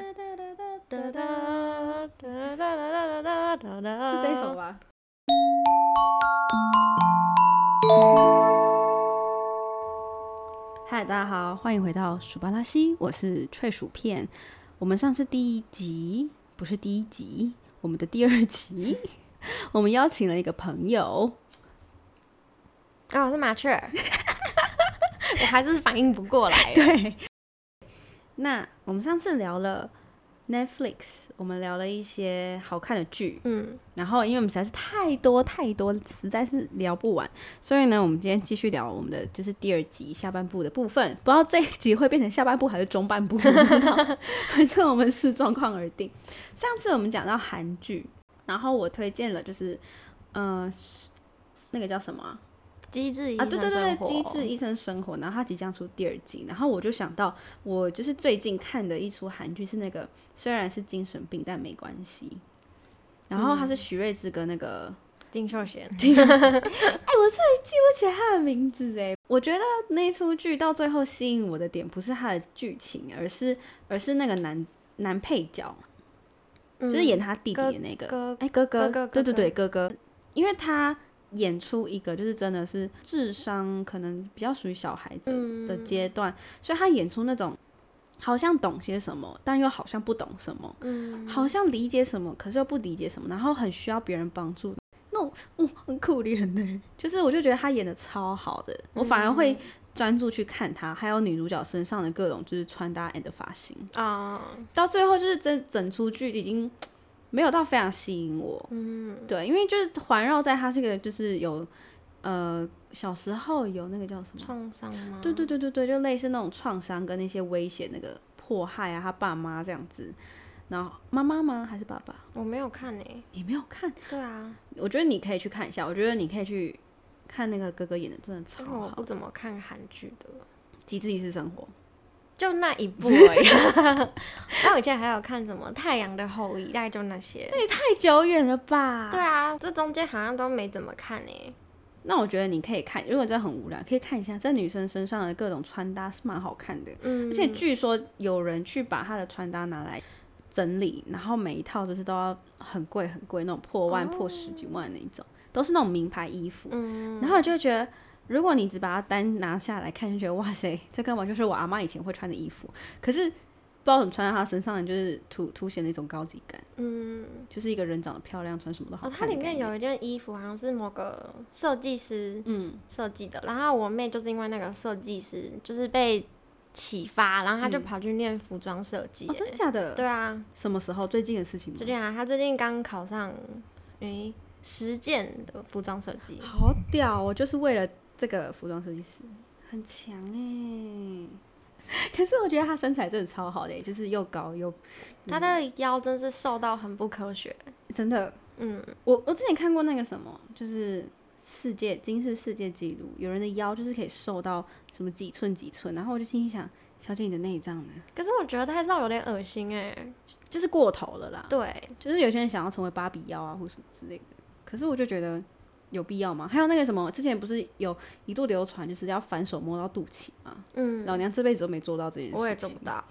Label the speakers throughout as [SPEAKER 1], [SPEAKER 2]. [SPEAKER 1] 哒哒哒哒哒哒哒哒
[SPEAKER 2] 是这首吧？
[SPEAKER 1] 嗨，大家好，欢迎回到鼠巴拉西，我是脆薯片。我们上次第一集不是第一集，我们的第二集， 我们邀请了一个朋友，
[SPEAKER 2] 哦，是 麻雀儿。我还是反应不过 来。
[SPEAKER 1] 对，那我们上次聊了 Netflix，我们聊了一些好看的剧，
[SPEAKER 2] 嗯，
[SPEAKER 1] 然后因为我们实在是太多太多，实在是聊不完，所以呢，我们今天继续聊我们的就是第二集下半部的部分，不知道这一集会变成下半部还是中半部，我不知道反正我们视状况而定。上次我们讲到韩剧，然后我推荐了就是，呃，那个叫什么啊、
[SPEAKER 2] 机智医
[SPEAKER 1] 啊，
[SPEAKER 2] 生
[SPEAKER 1] 对对对对，
[SPEAKER 2] 生
[SPEAKER 1] 《
[SPEAKER 2] 活
[SPEAKER 1] 机智医生生活》，然后它即将出第二季，然后我就想到，我就是最近看的一出韩剧是那个，虽然是精神病，但没关系。然后它是徐睿智跟那个，
[SPEAKER 2] 金秀贤，
[SPEAKER 1] 哎、我真的记不起来他的名字哎。我觉得那一出剧到最后吸引我的点不是它的剧情，而是而是那个男男配角，
[SPEAKER 2] 就
[SPEAKER 1] 就是演他弟弟的那个，
[SPEAKER 2] 哥
[SPEAKER 1] 哎，嗯哥哥，
[SPEAKER 2] 哥
[SPEAKER 1] 对
[SPEAKER 2] 哥
[SPEAKER 1] 对
[SPEAKER 2] 哥
[SPEAKER 1] 对，哥哥，因为他演出一个就是真的是智商可能比较属于小孩子的
[SPEAKER 2] 嗯
[SPEAKER 1] 阶段，所以他演出那种好像懂些什么，但又好像不懂什么，
[SPEAKER 2] 嗯，
[SPEAKER 1] 好像理解什么，可是又不理解什么，然后很需要别人帮助。那种嗯，很可怜呢，就是我就觉得他演的超好的，我反而
[SPEAKER 2] 嗯
[SPEAKER 1] 会专注去看他，还有女主角身上的各种就是穿搭 and 发型，
[SPEAKER 2] 啊，
[SPEAKER 1] 到最后就是整整出剧已经没有到非常吸引我，
[SPEAKER 2] 嗯，
[SPEAKER 1] 对，因为就是环绕在他这个就是有呃小时候有那个叫什么？
[SPEAKER 2] 创伤吗？
[SPEAKER 1] 对对对对对，就类似那种创伤跟那些危险那个迫害啊，他爸妈这样子。然后妈妈吗？还是爸爸？
[SPEAKER 2] 我没有看诶。
[SPEAKER 1] 你没有看？
[SPEAKER 2] 对啊，
[SPEAKER 1] 我觉得你可以去看一下，我觉得你可以去看那个哥哥演的真的超
[SPEAKER 2] 因为我
[SPEAKER 1] 好，
[SPEAKER 2] 不怎么看韩剧的，
[SPEAKER 1] 《极致意识生活》。
[SPEAKER 2] 就那一 部而已。那我以前还有看什么《太阳的后裔》，大概就那些。
[SPEAKER 1] 那也太久远了吧？
[SPEAKER 2] 对啊，这中间好像都没怎么看
[SPEAKER 1] 欸
[SPEAKER 2] 诶。
[SPEAKER 1] 那我觉得你可以看，如果真的很无聊，可以看一下这女生身上的各种穿搭是蛮好看的。
[SPEAKER 2] 嗯，
[SPEAKER 1] 而且据说有人去把她的穿搭拿来整理，然后每一套就是都要很贵很贵，那种破万、破十几万那一种，都是那种名牌衣服。
[SPEAKER 2] 嗯，
[SPEAKER 1] 然后我就会觉得，如果你只把它单拿下来看，就觉得哇塞，这根本就是我阿妈以前会穿的衣服。可是不知道怎么穿在她身上，就是凸凸显了一种高级感，
[SPEAKER 2] 嗯。
[SPEAKER 1] 就是一个人长得漂亮，穿什么都好
[SPEAKER 2] 哦，
[SPEAKER 1] 看。
[SPEAKER 2] 它里面，有一件衣服，好像是某个设计师
[SPEAKER 1] 嗯，
[SPEAKER 2] 设计的。然后我妹就是因为那个设计师，就是被启发，然后她就跑去念服装设计
[SPEAKER 1] 哦，
[SPEAKER 2] 欸。
[SPEAKER 1] 真的假的？
[SPEAKER 2] 对啊，
[SPEAKER 1] 什么时候？最近的事情吗
[SPEAKER 2] 最？近啊，她最近刚考上诶实践的服装设计。
[SPEAKER 1] 好屌！我就是为了这个服装设计师，很强哎、 可是我觉得她身材真的超好的、欸就是又高又
[SPEAKER 2] 她的腰真是瘦到很不科学。
[SPEAKER 1] 真的。
[SPEAKER 2] 嗯，
[SPEAKER 1] 我我之前看过那个什么，就是世界金氏世界纪录，有人的腰就是可以瘦到什么几寸几寸，然后我就心里想，小姐你的内脏呢？
[SPEAKER 2] 可是我觉得还是有点恶心哎、
[SPEAKER 1] 就是过头了啦。
[SPEAKER 2] 对，
[SPEAKER 1] 就是有些人想要成为芭比腰啊或什么之类的，可是我就觉得有必要吗？还有那个什么，之前不是有一度流传就是要反手摸到肚脐吗？
[SPEAKER 2] 嗯，
[SPEAKER 1] 老娘这辈子都没做到这件事情。
[SPEAKER 2] 我也做不。到。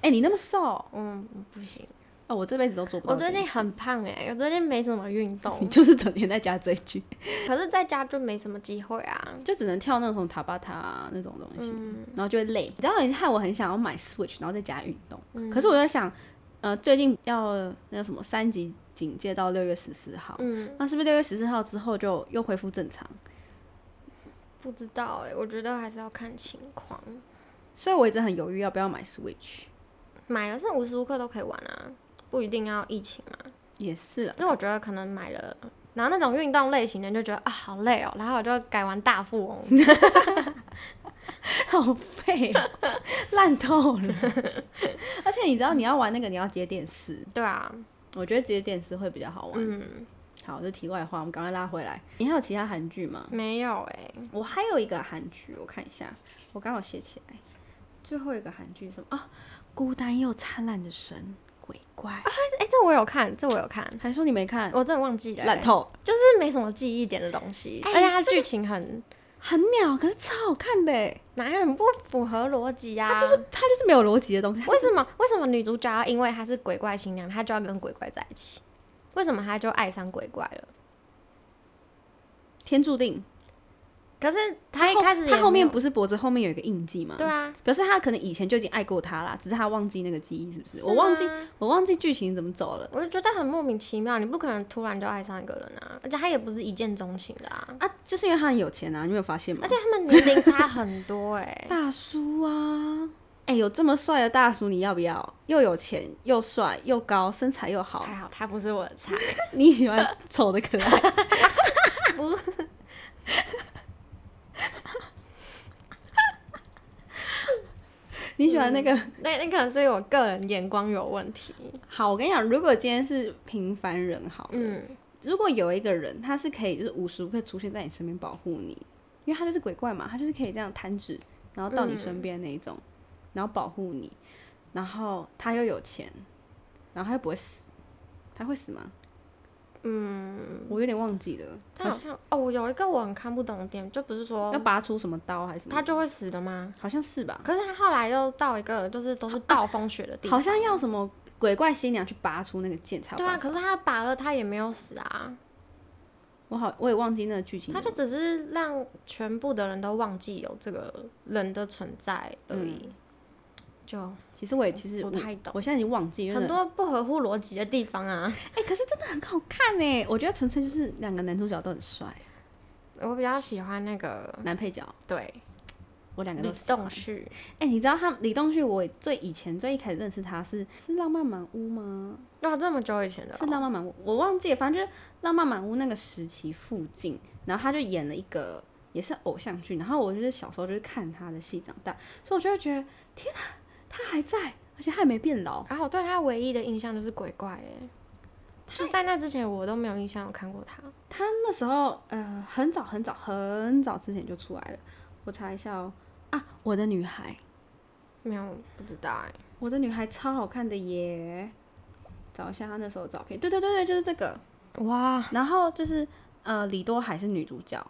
[SPEAKER 1] 哎、你那么瘦哦，
[SPEAKER 2] 嗯，不行，
[SPEAKER 1] 我这辈子都做不到
[SPEAKER 2] 我
[SPEAKER 1] 这
[SPEAKER 2] 最
[SPEAKER 1] 件
[SPEAKER 2] 近
[SPEAKER 1] 事。
[SPEAKER 2] 很胖哎、我最近没什么运动。
[SPEAKER 1] 你就是整天在家追剧，
[SPEAKER 2] 可是在家就没什么机会啊。
[SPEAKER 1] 就只能跳那种塔巴塔啊那种东西，
[SPEAKER 2] 嗯
[SPEAKER 1] 然后就会累。你知道，害我很想要买 Switch，然后在家运动。
[SPEAKER 2] 嗯
[SPEAKER 1] 可是我在想，呃，最近要那个什么三级警戒到六月十四号，
[SPEAKER 2] 嗯，
[SPEAKER 1] 那是不是六月十四号之后就又恢复正常？
[SPEAKER 2] 不知道哎、我觉得还是要看情况。
[SPEAKER 1] 所以我一直很犹豫要不要买 Switch。
[SPEAKER 2] 买了是无时无刻都可以玩啊，不一定要疫情嘛。
[SPEAKER 1] 也是啦，
[SPEAKER 2] 就我觉得可能买了，然后那种运动类型的就觉得啊好累哦，然后我就改玩大富翁。
[SPEAKER 1] 好废哦、烂透 了。而且你知道，你要玩那个，你要接电视，
[SPEAKER 2] 对啊，
[SPEAKER 1] 我觉得接电视会比较好玩。
[SPEAKER 2] 嗯，
[SPEAKER 1] 好，这题外话，我们赶快拉回来。你还有其他韩剧吗？
[SPEAKER 2] 没有哎、
[SPEAKER 1] 我还有一个韩剧，我看一下，我刚好写起来。最后一个韩剧是什么啊？孤单又灿烂的神鬼怪，
[SPEAKER 2] 哎、这我有看，这我有看，
[SPEAKER 1] 还说你没看，
[SPEAKER 2] 哦我真的忘记了、
[SPEAKER 1] 烂哎
[SPEAKER 2] 欸，
[SPEAKER 1] 透，
[SPEAKER 2] 就是没什么记忆点的东西，而且它剧情很
[SPEAKER 1] 很鸟，可是超好看的欸，
[SPEAKER 2] 哪有很不符合逻辑啊？
[SPEAKER 1] 它就是它就是没有逻辑的东西，它
[SPEAKER 2] 为什么为什么女主角要因为她是鬼怪新娘，她就要跟鬼怪在一起？为什么她就爱上鬼怪了？
[SPEAKER 1] 天注定。
[SPEAKER 2] 可是她一开始也
[SPEAKER 1] 他后面
[SPEAKER 2] 没有
[SPEAKER 1] 不是脖子后面有一个印记吗？
[SPEAKER 2] 对啊，
[SPEAKER 1] 表示他可能以前就已经爱过她啦，只是他忘记那个记忆，是不是？
[SPEAKER 2] 是啊
[SPEAKER 1] 我忘记呃
[SPEAKER 2] 吗，
[SPEAKER 1] 我忘记剧情怎么走了
[SPEAKER 2] 我就觉得很莫名其妙，你不可能突然就爱上一个人啊，而且她也不是一见钟情的啊，
[SPEAKER 1] 啊，就是因为他很有钱啊，你没有发现吗？
[SPEAKER 2] 而且他们年龄差很多哎、
[SPEAKER 1] 大叔啊，哎、有这么帅的大叔，你要不要？又有钱，又帅，又高，身材又好
[SPEAKER 2] 还，好他不是我的菜，
[SPEAKER 1] 你喜欢丑的可爱？
[SPEAKER 2] 不，
[SPEAKER 1] 你喜欢那个？
[SPEAKER 2] 那那可能是我个人眼光有问题。
[SPEAKER 1] 好，我跟你讲，如果今天是平凡人好了，
[SPEAKER 2] 嗯，
[SPEAKER 1] 如果有一个人他是可以就是无时无刻出现在你身边保护你，因为他就是鬼怪嘛，他就是可以这样弹指，然后到你身边那一种，然后保护你，然后他又有钱，然后他又不会死，他会死吗？嗯，我有点忘记了，
[SPEAKER 2] 他好像哦，我有一个我很看不懂的点，就不是说
[SPEAKER 1] 要拔出什么刀还是什么？
[SPEAKER 2] 他就会死的吗？
[SPEAKER 1] 好像是吧？
[SPEAKER 2] 可是他后来又到一个就是都是暴风雪的地方，
[SPEAKER 1] 好像要什么鬼怪新娘去拔出那个剑 才有
[SPEAKER 2] 对啊，
[SPEAKER 1] 办法。
[SPEAKER 2] 可是他拔了他也没有死啊，
[SPEAKER 1] 我好，我也忘记那个剧情
[SPEAKER 2] 他
[SPEAKER 1] 了。
[SPEAKER 2] 就只是让全部的人都忘记有这个人的存在而已，就
[SPEAKER 1] 其实我也嗯其实
[SPEAKER 2] 不
[SPEAKER 1] 我
[SPEAKER 2] 太懂
[SPEAKER 1] 我现在已经忘记，因为
[SPEAKER 2] 很多不合乎逻辑的地方啊。
[SPEAKER 1] 哎、可是真的很好看哎，我觉得纯粹就是两个男主角都很帅，
[SPEAKER 2] 我比较喜欢那个
[SPEAKER 1] 男配角
[SPEAKER 2] 对
[SPEAKER 1] 我两个
[SPEAKER 2] 啊李
[SPEAKER 1] 都喜欢
[SPEAKER 2] 栋。旭，
[SPEAKER 1] 哎、你知道他李栋旭，我最以前最一开始认识他是是《浪漫满屋》吗？
[SPEAKER 2] 哇，这么久以前的
[SPEAKER 1] 是《
[SPEAKER 2] 哦
[SPEAKER 1] 浪漫满屋》，我忘记了，反正就是《浪漫满屋》那个时期附近，然后他就演了一个也是偶像剧，然后我就是小时候就是看他的戏长大，所以我就会觉得天啊，他还在，而且他还没变老。
[SPEAKER 2] 然后我对他唯一的印象就是鬼怪哎，就在那之前我都没有印象有看过他。
[SPEAKER 1] 他那时候呃很早很早很早之前就出来了，我查一下哦啊，我的女孩。
[SPEAKER 2] 没有，不知道哎、
[SPEAKER 1] 我的女孩超好看的耶！找一下她那时候的照片。对对对对，就是这个。
[SPEAKER 2] 哇，
[SPEAKER 1] 然后就是呃，李多海是女主角，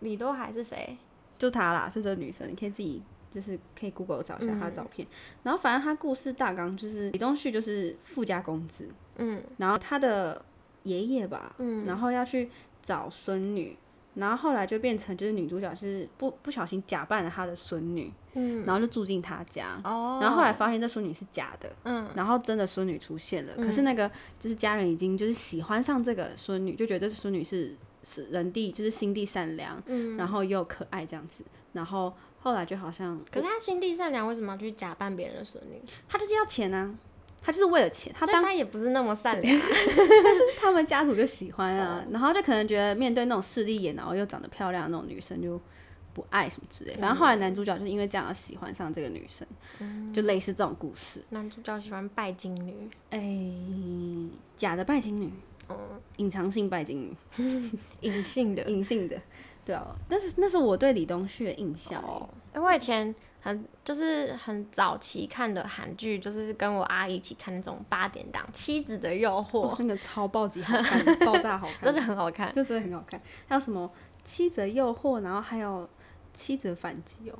[SPEAKER 2] 李多海是谁？
[SPEAKER 1] 就她啦，是这个女生。你可以自己就是可以 Google 找一下她的照片。然后反正她故事大纲就是李东旭就是富家公子，
[SPEAKER 2] 嗯，
[SPEAKER 1] 然后他的爷爷吧，嗯，然后要去找孙女。然后后来就变成就是女主角是不不小心假扮了她的孙女，嗯，然后就住进她家，
[SPEAKER 2] 哦
[SPEAKER 1] 然后后来发现这孙女是假的，
[SPEAKER 2] 嗯，
[SPEAKER 1] 然后真的孙女出现了，可是那个就是家人已经就是喜欢上这个孙女，就觉得这孙女是是人地就是心地善良，嗯，然后又可爱这样子，然后后来就好像
[SPEAKER 2] 可是他心地善良，为什么要去假扮别人的孙女？
[SPEAKER 1] 他就是要钱啊，他就是为了钱，他
[SPEAKER 2] 所以
[SPEAKER 1] 当
[SPEAKER 2] 他也不是那么善良。
[SPEAKER 1] 他们家族就喜欢 啊，然后就可能觉得面对那种势利眼，然后又长得漂亮的那种女生就不爱什么之类，反正后来男主角就是因为这样而喜欢上这个女生，就类似这种故事，
[SPEAKER 2] 男主角喜欢拜金女，
[SPEAKER 1] 哎、假的拜金女，
[SPEAKER 2] 嗯，
[SPEAKER 1] 隐藏性拜金女。
[SPEAKER 2] 隐性的。
[SPEAKER 1] 隐性的，对啊，但是那是我对李东旭的印象欸、
[SPEAKER 2] 哦，哎、我以前很就是很早期看的韩剧，就是跟我阿姨一起看那种八点档《妻子的诱惑
[SPEAKER 1] 哇，》，哦那个超暴击好看的，爆炸好看，
[SPEAKER 2] 真的很好 看。
[SPEAKER 1] 就真的很好看。还有什么妻子的诱惑，然后还有妻子的反击哦，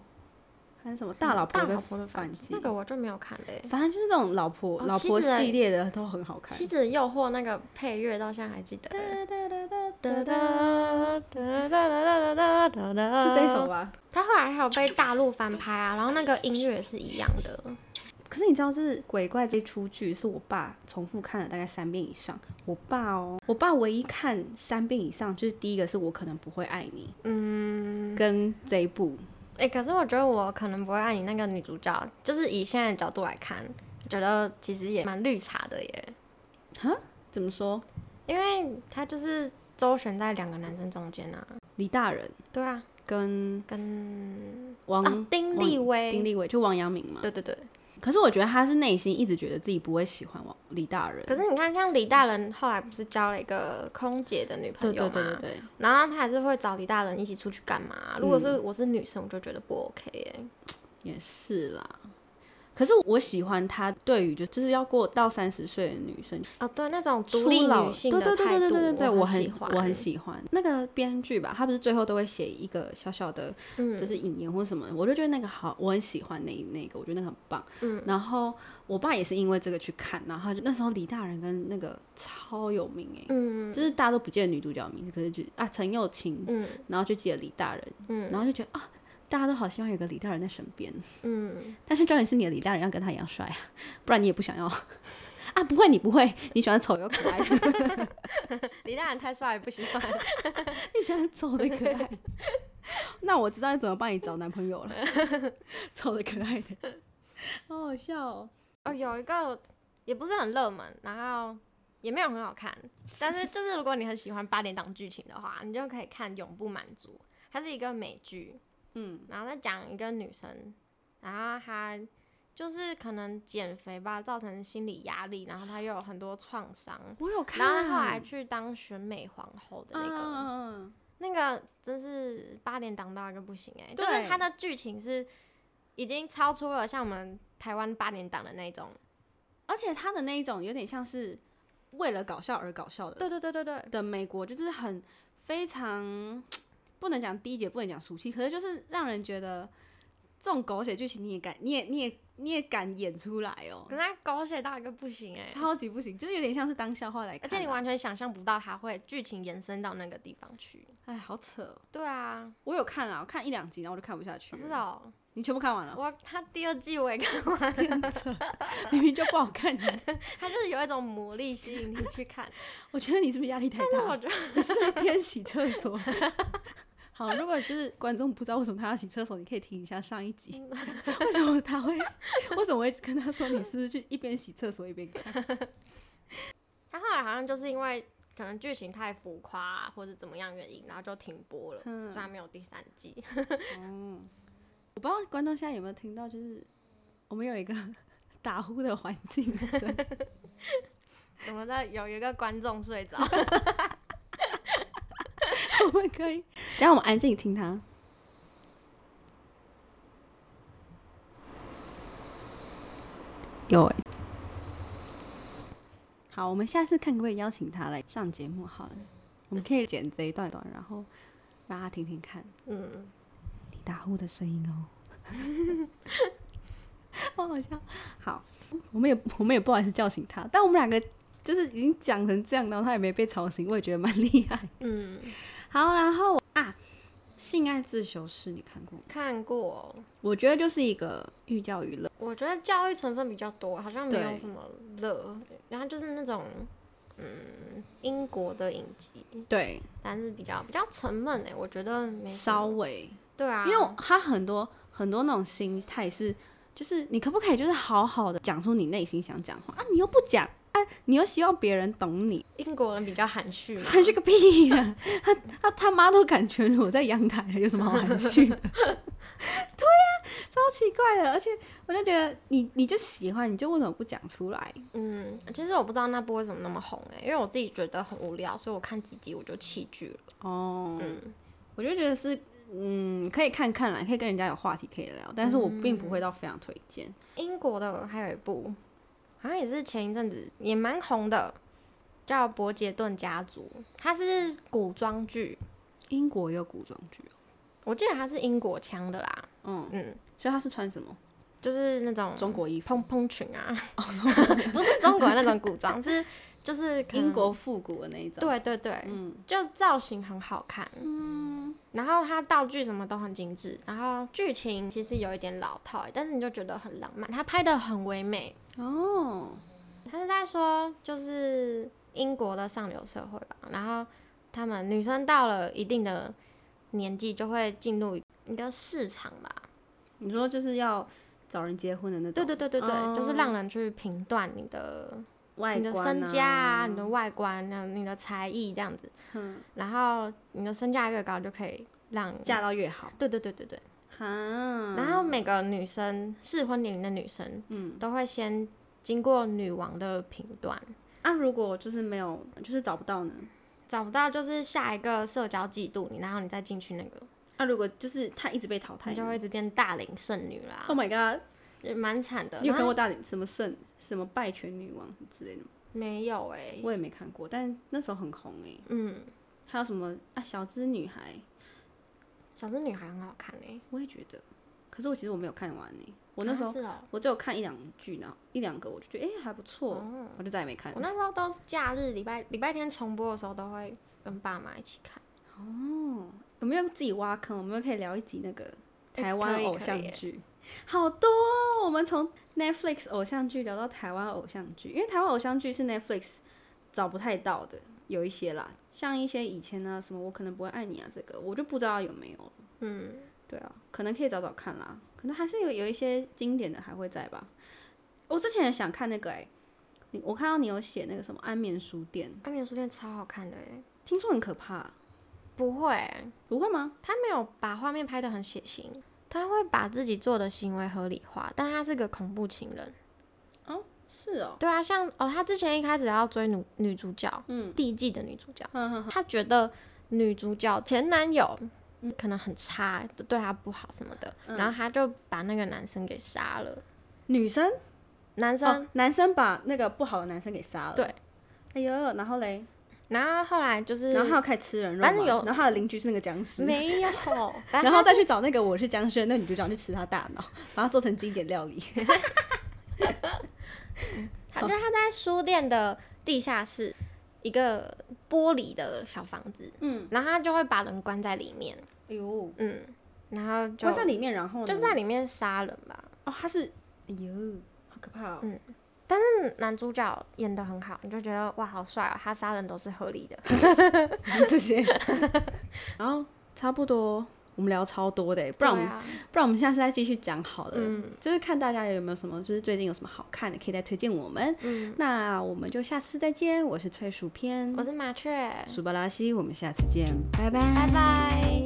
[SPEAKER 1] 还有什么大老婆
[SPEAKER 2] 大
[SPEAKER 1] 的
[SPEAKER 2] 老婆的
[SPEAKER 1] 反
[SPEAKER 2] 反
[SPEAKER 1] 击
[SPEAKER 2] 击，那个我就没有看嘞、
[SPEAKER 1] 反正就是这种老婆、
[SPEAKER 2] 哦
[SPEAKER 1] 老
[SPEAKER 2] 妻
[SPEAKER 1] 婆
[SPEAKER 2] 子的
[SPEAKER 1] 系列的都很好看。
[SPEAKER 2] 妻子的诱惑那个配乐到现在还记得、
[SPEAKER 1] 哒
[SPEAKER 2] 欸。哒
[SPEAKER 1] 哒
[SPEAKER 2] 哒哒哒哒哒哒哒
[SPEAKER 1] 是这一首吧？
[SPEAKER 2] 他后来还有被大陆翻拍啊，然后那个音乐也是一样的。
[SPEAKER 1] 可是你知道，就是《鬼怪》这出剧是我爸重复看了大概三遍以上。我爸哦，我爸唯一看三遍以上，就是第一个是我可能不会爱你，
[SPEAKER 2] 嗯，
[SPEAKER 1] 跟这一部，
[SPEAKER 2] 哎、可是我觉得我可能不会爱你那个女主角，就是以现在的角度来看，觉得其实也蛮绿茶的耶，
[SPEAKER 1] 哈，怎么说？
[SPEAKER 2] 因为她就是周旋在两个男生中间啊。
[SPEAKER 1] 李大人
[SPEAKER 2] 对啊，
[SPEAKER 1] 跟
[SPEAKER 2] 跟
[SPEAKER 1] 王、
[SPEAKER 2] 啊丁立
[SPEAKER 1] 王
[SPEAKER 2] 威
[SPEAKER 1] 丁，立伟就王阳明嘛。
[SPEAKER 2] 对对对。
[SPEAKER 1] 可是我觉得他是内心一直觉得自己不会喜欢王李大人。
[SPEAKER 2] 可是你看，像李大人后来不是交了一个空姐的女
[SPEAKER 1] 对
[SPEAKER 2] 朋友
[SPEAKER 1] 对
[SPEAKER 2] 嘛，
[SPEAKER 1] 对对对，嗯
[SPEAKER 2] 然后他还是会找李大人一起出去干嘛？如果是我是女生，我就觉得不 OK 耶、
[SPEAKER 1] 也是啦。可是我喜欢他对于就就是要过到三十岁的女生
[SPEAKER 2] 哦，对，那种独立
[SPEAKER 1] 初老
[SPEAKER 2] 女性
[SPEAKER 1] 对
[SPEAKER 2] 的态
[SPEAKER 1] 对对对
[SPEAKER 2] 度，
[SPEAKER 1] 对对对，
[SPEAKER 2] 我
[SPEAKER 1] 我很
[SPEAKER 2] 喜欢，
[SPEAKER 1] 我很喜欢那个编剧吧，他不是最后都会写一个小小的，
[SPEAKER 2] 嗯
[SPEAKER 1] 就是引言或什么，我就觉得那个好，我很喜欢那那个，我觉得那个很棒。
[SPEAKER 2] 嗯，
[SPEAKER 1] 然后我爸也是因为这个去看，然后他就那时候李大人跟那个超有名哎、
[SPEAKER 2] 嗯
[SPEAKER 1] 就是大家都不记得女主角的名字，可是就啊陈又青，
[SPEAKER 2] 嗯
[SPEAKER 1] 然后就记得李大人，
[SPEAKER 2] 嗯
[SPEAKER 1] 然后就觉得啊。大家都好希望有个李大人在身边，
[SPEAKER 2] 嗯，
[SPEAKER 1] 但是重点是你的李大人要跟他一样帅啊，不然你也不想要 啊。不会，你不会，你喜欢丑又可爱 的，
[SPEAKER 2] 李大人太帅不喜欢，
[SPEAKER 1] 你喜欢丑的可爱。 那我知道你怎么帮你找男朋友了， 丑的可爱的，好好笑哦。
[SPEAKER 2] 哦，有一个也不是很热门，然后也没有很好看，但是就是如果你很喜欢八点档剧情的话，你就可以看《永不满足》，它是一个美剧，
[SPEAKER 1] 嗯，
[SPEAKER 2] 然后再讲一个女生，然后她就是可能减肥吧，造成心理压力，然后她又有很多创伤，
[SPEAKER 1] 我有看。啊
[SPEAKER 2] 然后她后来去当选美皇后的那
[SPEAKER 1] 嗯
[SPEAKER 2] 个。
[SPEAKER 1] 嗯嗯
[SPEAKER 2] 那个真是八点档到一个不行哎、
[SPEAKER 1] 对
[SPEAKER 2] 就是它的剧情是已经超出了像我们台湾八点档的那种。
[SPEAKER 1] 而且他的那一种有点像是为了搞笑而搞笑的
[SPEAKER 2] 对对对对对，
[SPEAKER 1] 的美国，就是很非常不能讲低级，不能讲俗气，可是就是让人觉得这种狗血剧情你也敢，你也你也你也敢演出来哦
[SPEAKER 2] 可，是它狗血到一个不行哎、
[SPEAKER 1] 超级不行，就是有点像是当笑话来看啊、
[SPEAKER 2] 而且你完全想象不到它会剧情延伸到那个地方去。
[SPEAKER 1] 哎，好扯哦、
[SPEAKER 2] 对啊，
[SPEAKER 1] 我有看啊，我看一两集，然后我就看不下去
[SPEAKER 2] 我
[SPEAKER 1] 了。
[SPEAKER 2] 知道，
[SPEAKER 1] 你全部看完了，
[SPEAKER 2] 我它第二季我也看，
[SPEAKER 1] 明明就不好看。
[SPEAKER 2] 它就是有一种魔力吸引你去看。
[SPEAKER 1] 我觉得你是不是压力太
[SPEAKER 2] 但是
[SPEAKER 1] 大？
[SPEAKER 2] 我觉得
[SPEAKER 1] 你是不是边洗厕所？好，如果就是观众不知道为什么他要洗厕所，你可以听一下上一集，
[SPEAKER 2] 嗯
[SPEAKER 1] 为什么他会，为什么会跟他说你是不是去一边洗厕所一边看？
[SPEAKER 2] 它后来好像就是因为可能剧情太浮夸、啊或者怎么样原因，然后就停播了，
[SPEAKER 1] 嗯
[SPEAKER 2] 虽然没有第三季。
[SPEAKER 1] 我不知道观众现在有没有听到，就是我们有一个 打呼的环 境声，
[SPEAKER 2] 我们的有一个观众睡 着。
[SPEAKER 1] 我们可以， 等一下我们安静听他。有欸、好，我们下次看可不可以邀请他来上节目？好了，我们可以剪这一段段，然后让他听听看
[SPEAKER 2] 嗯。
[SPEAKER 1] 你打呼的声音哦。 好好笑。好，我们也我们也不好意思叫醒他，但我们两个就是已经讲成这样，然后他也没被吵醒，我也觉得蛮厉害。
[SPEAKER 2] 嗯，
[SPEAKER 1] 好，然后啊，《性爱自修室》你看过吗？
[SPEAKER 2] 看过。
[SPEAKER 1] 我觉得就是一个寓教于乐，
[SPEAKER 2] 我觉得教育成分比较多，好像没有
[SPEAKER 1] 对
[SPEAKER 2] 什么乐，然后就是那种嗯英国的影集，
[SPEAKER 1] 对，
[SPEAKER 2] 但是比较比较沉闷哎、我觉得没什
[SPEAKER 1] 稍
[SPEAKER 2] 么
[SPEAKER 1] 微，
[SPEAKER 2] 对啊，
[SPEAKER 1] 因为他很多很多那种心态是，就是你可不可以就是好好的讲出你内心想讲话啊，你又不讲啊，你又希望别人懂你，
[SPEAKER 2] 英国人比较含蓄嘛，
[SPEAKER 1] 含蓄个屁呀、他他他妈都敢全裸在阳台了，有什么好含蓄的？对呀、超奇怪的，而且我就觉得你你就喜欢，你就为什么不讲出来？
[SPEAKER 2] 嗯，其实我不知道那部为什么那么红哎、因为我自己觉得很无聊，所以我看几集我就弃剧了。
[SPEAKER 1] 哦，
[SPEAKER 2] 嗯，
[SPEAKER 1] 我就觉得是，嗯，可以看看啦，可以跟人家有话题可以聊，但是我并不会到非常推荐。
[SPEAKER 2] 英国的还有一部，好像也是前一阵子也蛮红的，叫《伯杰顿家族》，它是古装剧，
[SPEAKER 1] 英国有古装剧
[SPEAKER 2] 我记得它是英国腔的啦，
[SPEAKER 1] 哦，嗯，
[SPEAKER 2] 嗯，
[SPEAKER 1] 所以他是穿什么？
[SPEAKER 2] 就是那种
[SPEAKER 1] 中国衣服，
[SPEAKER 2] 蓬 蓬裙啊，不是中国那种古装， 是就是可能
[SPEAKER 1] 英国复古的那一种。，
[SPEAKER 2] 对对对，
[SPEAKER 1] 嗯
[SPEAKER 2] 就造型很好看，
[SPEAKER 1] 嗯，
[SPEAKER 2] 然后它道具什么都很精致，然后剧情其实有一点老套，但是你就觉得很浪漫，它拍的很唯美。
[SPEAKER 1] 哦，
[SPEAKER 2] 它是在说就是英国的上流社会吧，然后他们女生到了一定的年纪就会进入一个市场吧，
[SPEAKER 1] 你说就是要找人结婚的那种，
[SPEAKER 2] 对对对对对，就是
[SPEAKER 1] 哦
[SPEAKER 2] 让人去评断你的
[SPEAKER 1] 外
[SPEAKER 2] 你的
[SPEAKER 1] 观、
[SPEAKER 2] 身家啊，你的外观，然后你的才艺这样子，
[SPEAKER 1] 嗯，
[SPEAKER 2] 然后你的身价越高，就可以让
[SPEAKER 1] 嫁到越好。
[SPEAKER 2] 对对对对对。
[SPEAKER 1] 哈，
[SPEAKER 2] 然后每个女生适婚年龄的女生，嗯，都会先经过女王的评断，
[SPEAKER 1] 啊，如果就是没有，就是找不到呢？
[SPEAKER 2] 找不到就是下一个社交季度你，然后你再进去那个，
[SPEAKER 1] 那、如果就是他一直被淘汰
[SPEAKER 2] 你
[SPEAKER 1] 呢
[SPEAKER 2] 就会一直变大龄剩女啦。
[SPEAKER 1] ，Oh my god，
[SPEAKER 2] 也蛮惨的。
[SPEAKER 1] 你有
[SPEAKER 2] 那
[SPEAKER 1] 看过大龄什么圣什么败犬女王之类的吗？
[SPEAKER 2] 没有哎、
[SPEAKER 1] 我也没看过，但那时候很红哎、
[SPEAKER 2] 嗯，
[SPEAKER 1] 还有什么啊小资女孩，
[SPEAKER 2] 小资女孩很好看哎、
[SPEAKER 1] 我也觉得，可是我其实我没有看完哎、我那时候、
[SPEAKER 2] 啊是哦
[SPEAKER 1] 我只有看一两句，然后一两个我就觉得哎、还不错，
[SPEAKER 2] 哦
[SPEAKER 1] 我就再也没看
[SPEAKER 2] 我那时候都是假日礼拜礼拜天重播的时候都会跟爸妈一起看。
[SPEAKER 1] 哦，有没有自己挖坑？我们又可以聊一集那个
[SPEAKER 2] 哎
[SPEAKER 1] 台湾
[SPEAKER 2] 可以
[SPEAKER 1] 偶
[SPEAKER 2] 可以
[SPEAKER 1] 像
[SPEAKER 2] 耶
[SPEAKER 1] 剧，好多、哦。我们从 Netflix 偶像剧聊到台湾偶像剧，因为台湾偶像剧是 Netflix 找不太到的，有一些啦，像一些以前呢、什么我可能不会爱你啊，这个我就不知道有没有了。
[SPEAKER 2] 嗯，
[SPEAKER 1] 对啊，可能可以找找看啦，可能还是有有一些经典的还会在吧。我之前也想看那个哎、你我看到你有写那个什么安眠书店，
[SPEAKER 2] 安眠书店超好看的哎、
[SPEAKER 1] 听说很可怕、
[SPEAKER 2] 不会、
[SPEAKER 1] 不会吗？
[SPEAKER 2] 他没有把画面拍得很血腥，他会把自己做的行为合理化，但他是个恐怖情人。
[SPEAKER 1] 是哦，
[SPEAKER 2] 对啊，像哦，他之前一开始要追女女主角，嗯，第一季的女主角，
[SPEAKER 1] 嗯哼，
[SPEAKER 2] 他觉得女主角前男友可能很差，对她不好什么的，
[SPEAKER 1] 嗯
[SPEAKER 2] 然后他就把那个男生给杀了。
[SPEAKER 1] 女生。
[SPEAKER 2] 男生，
[SPEAKER 1] 哦、男生把那个不好的男生给杀了。
[SPEAKER 2] 对，
[SPEAKER 1] 哎呦，然后嘞，
[SPEAKER 2] 然后后来就是
[SPEAKER 1] 然后他又开始吃人肉嘛，
[SPEAKER 2] 反正有
[SPEAKER 1] 然后他的邻居是那个僵尸，
[SPEAKER 2] 没有， 反
[SPEAKER 1] 然
[SPEAKER 2] 正
[SPEAKER 1] 后再去找那个我是僵尸的那个女主角去吃他大脑，把它做成经典料理。
[SPEAKER 2] 他就是他在书店的地下室一个玻璃的小房子，
[SPEAKER 1] 嗯，
[SPEAKER 2] 然后他就会把人关在里面，
[SPEAKER 1] 哎呦，
[SPEAKER 2] 嗯，然后就
[SPEAKER 1] 关在里面，然后呢
[SPEAKER 2] 就在里面杀人吧。
[SPEAKER 1] 哦，他是，哎呦，好可怕哦。
[SPEAKER 2] 嗯男主角演的很好，你就觉得哇好帅哦，他杀人都是合理的。
[SPEAKER 1] 这 些，然后差不多，我们聊超多的耶，欸不然我
[SPEAKER 2] 对
[SPEAKER 1] 们、
[SPEAKER 2] 啊，
[SPEAKER 1] 不然我们下次再继续讲好了。
[SPEAKER 2] 嗯
[SPEAKER 1] 就是看大家有没有什么，就是最近有什么好看的，可以再推荐我们。
[SPEAKER 2] 嗯，
[SPEAKER 1] 那我们就下次再见，我是脆薯片，
[SPEAKER 2] 我是麻雀，
[SPEAKER 1] 苏巴拉西，我们下次见，拜拜，
[SPEAKER 2] 拜拜。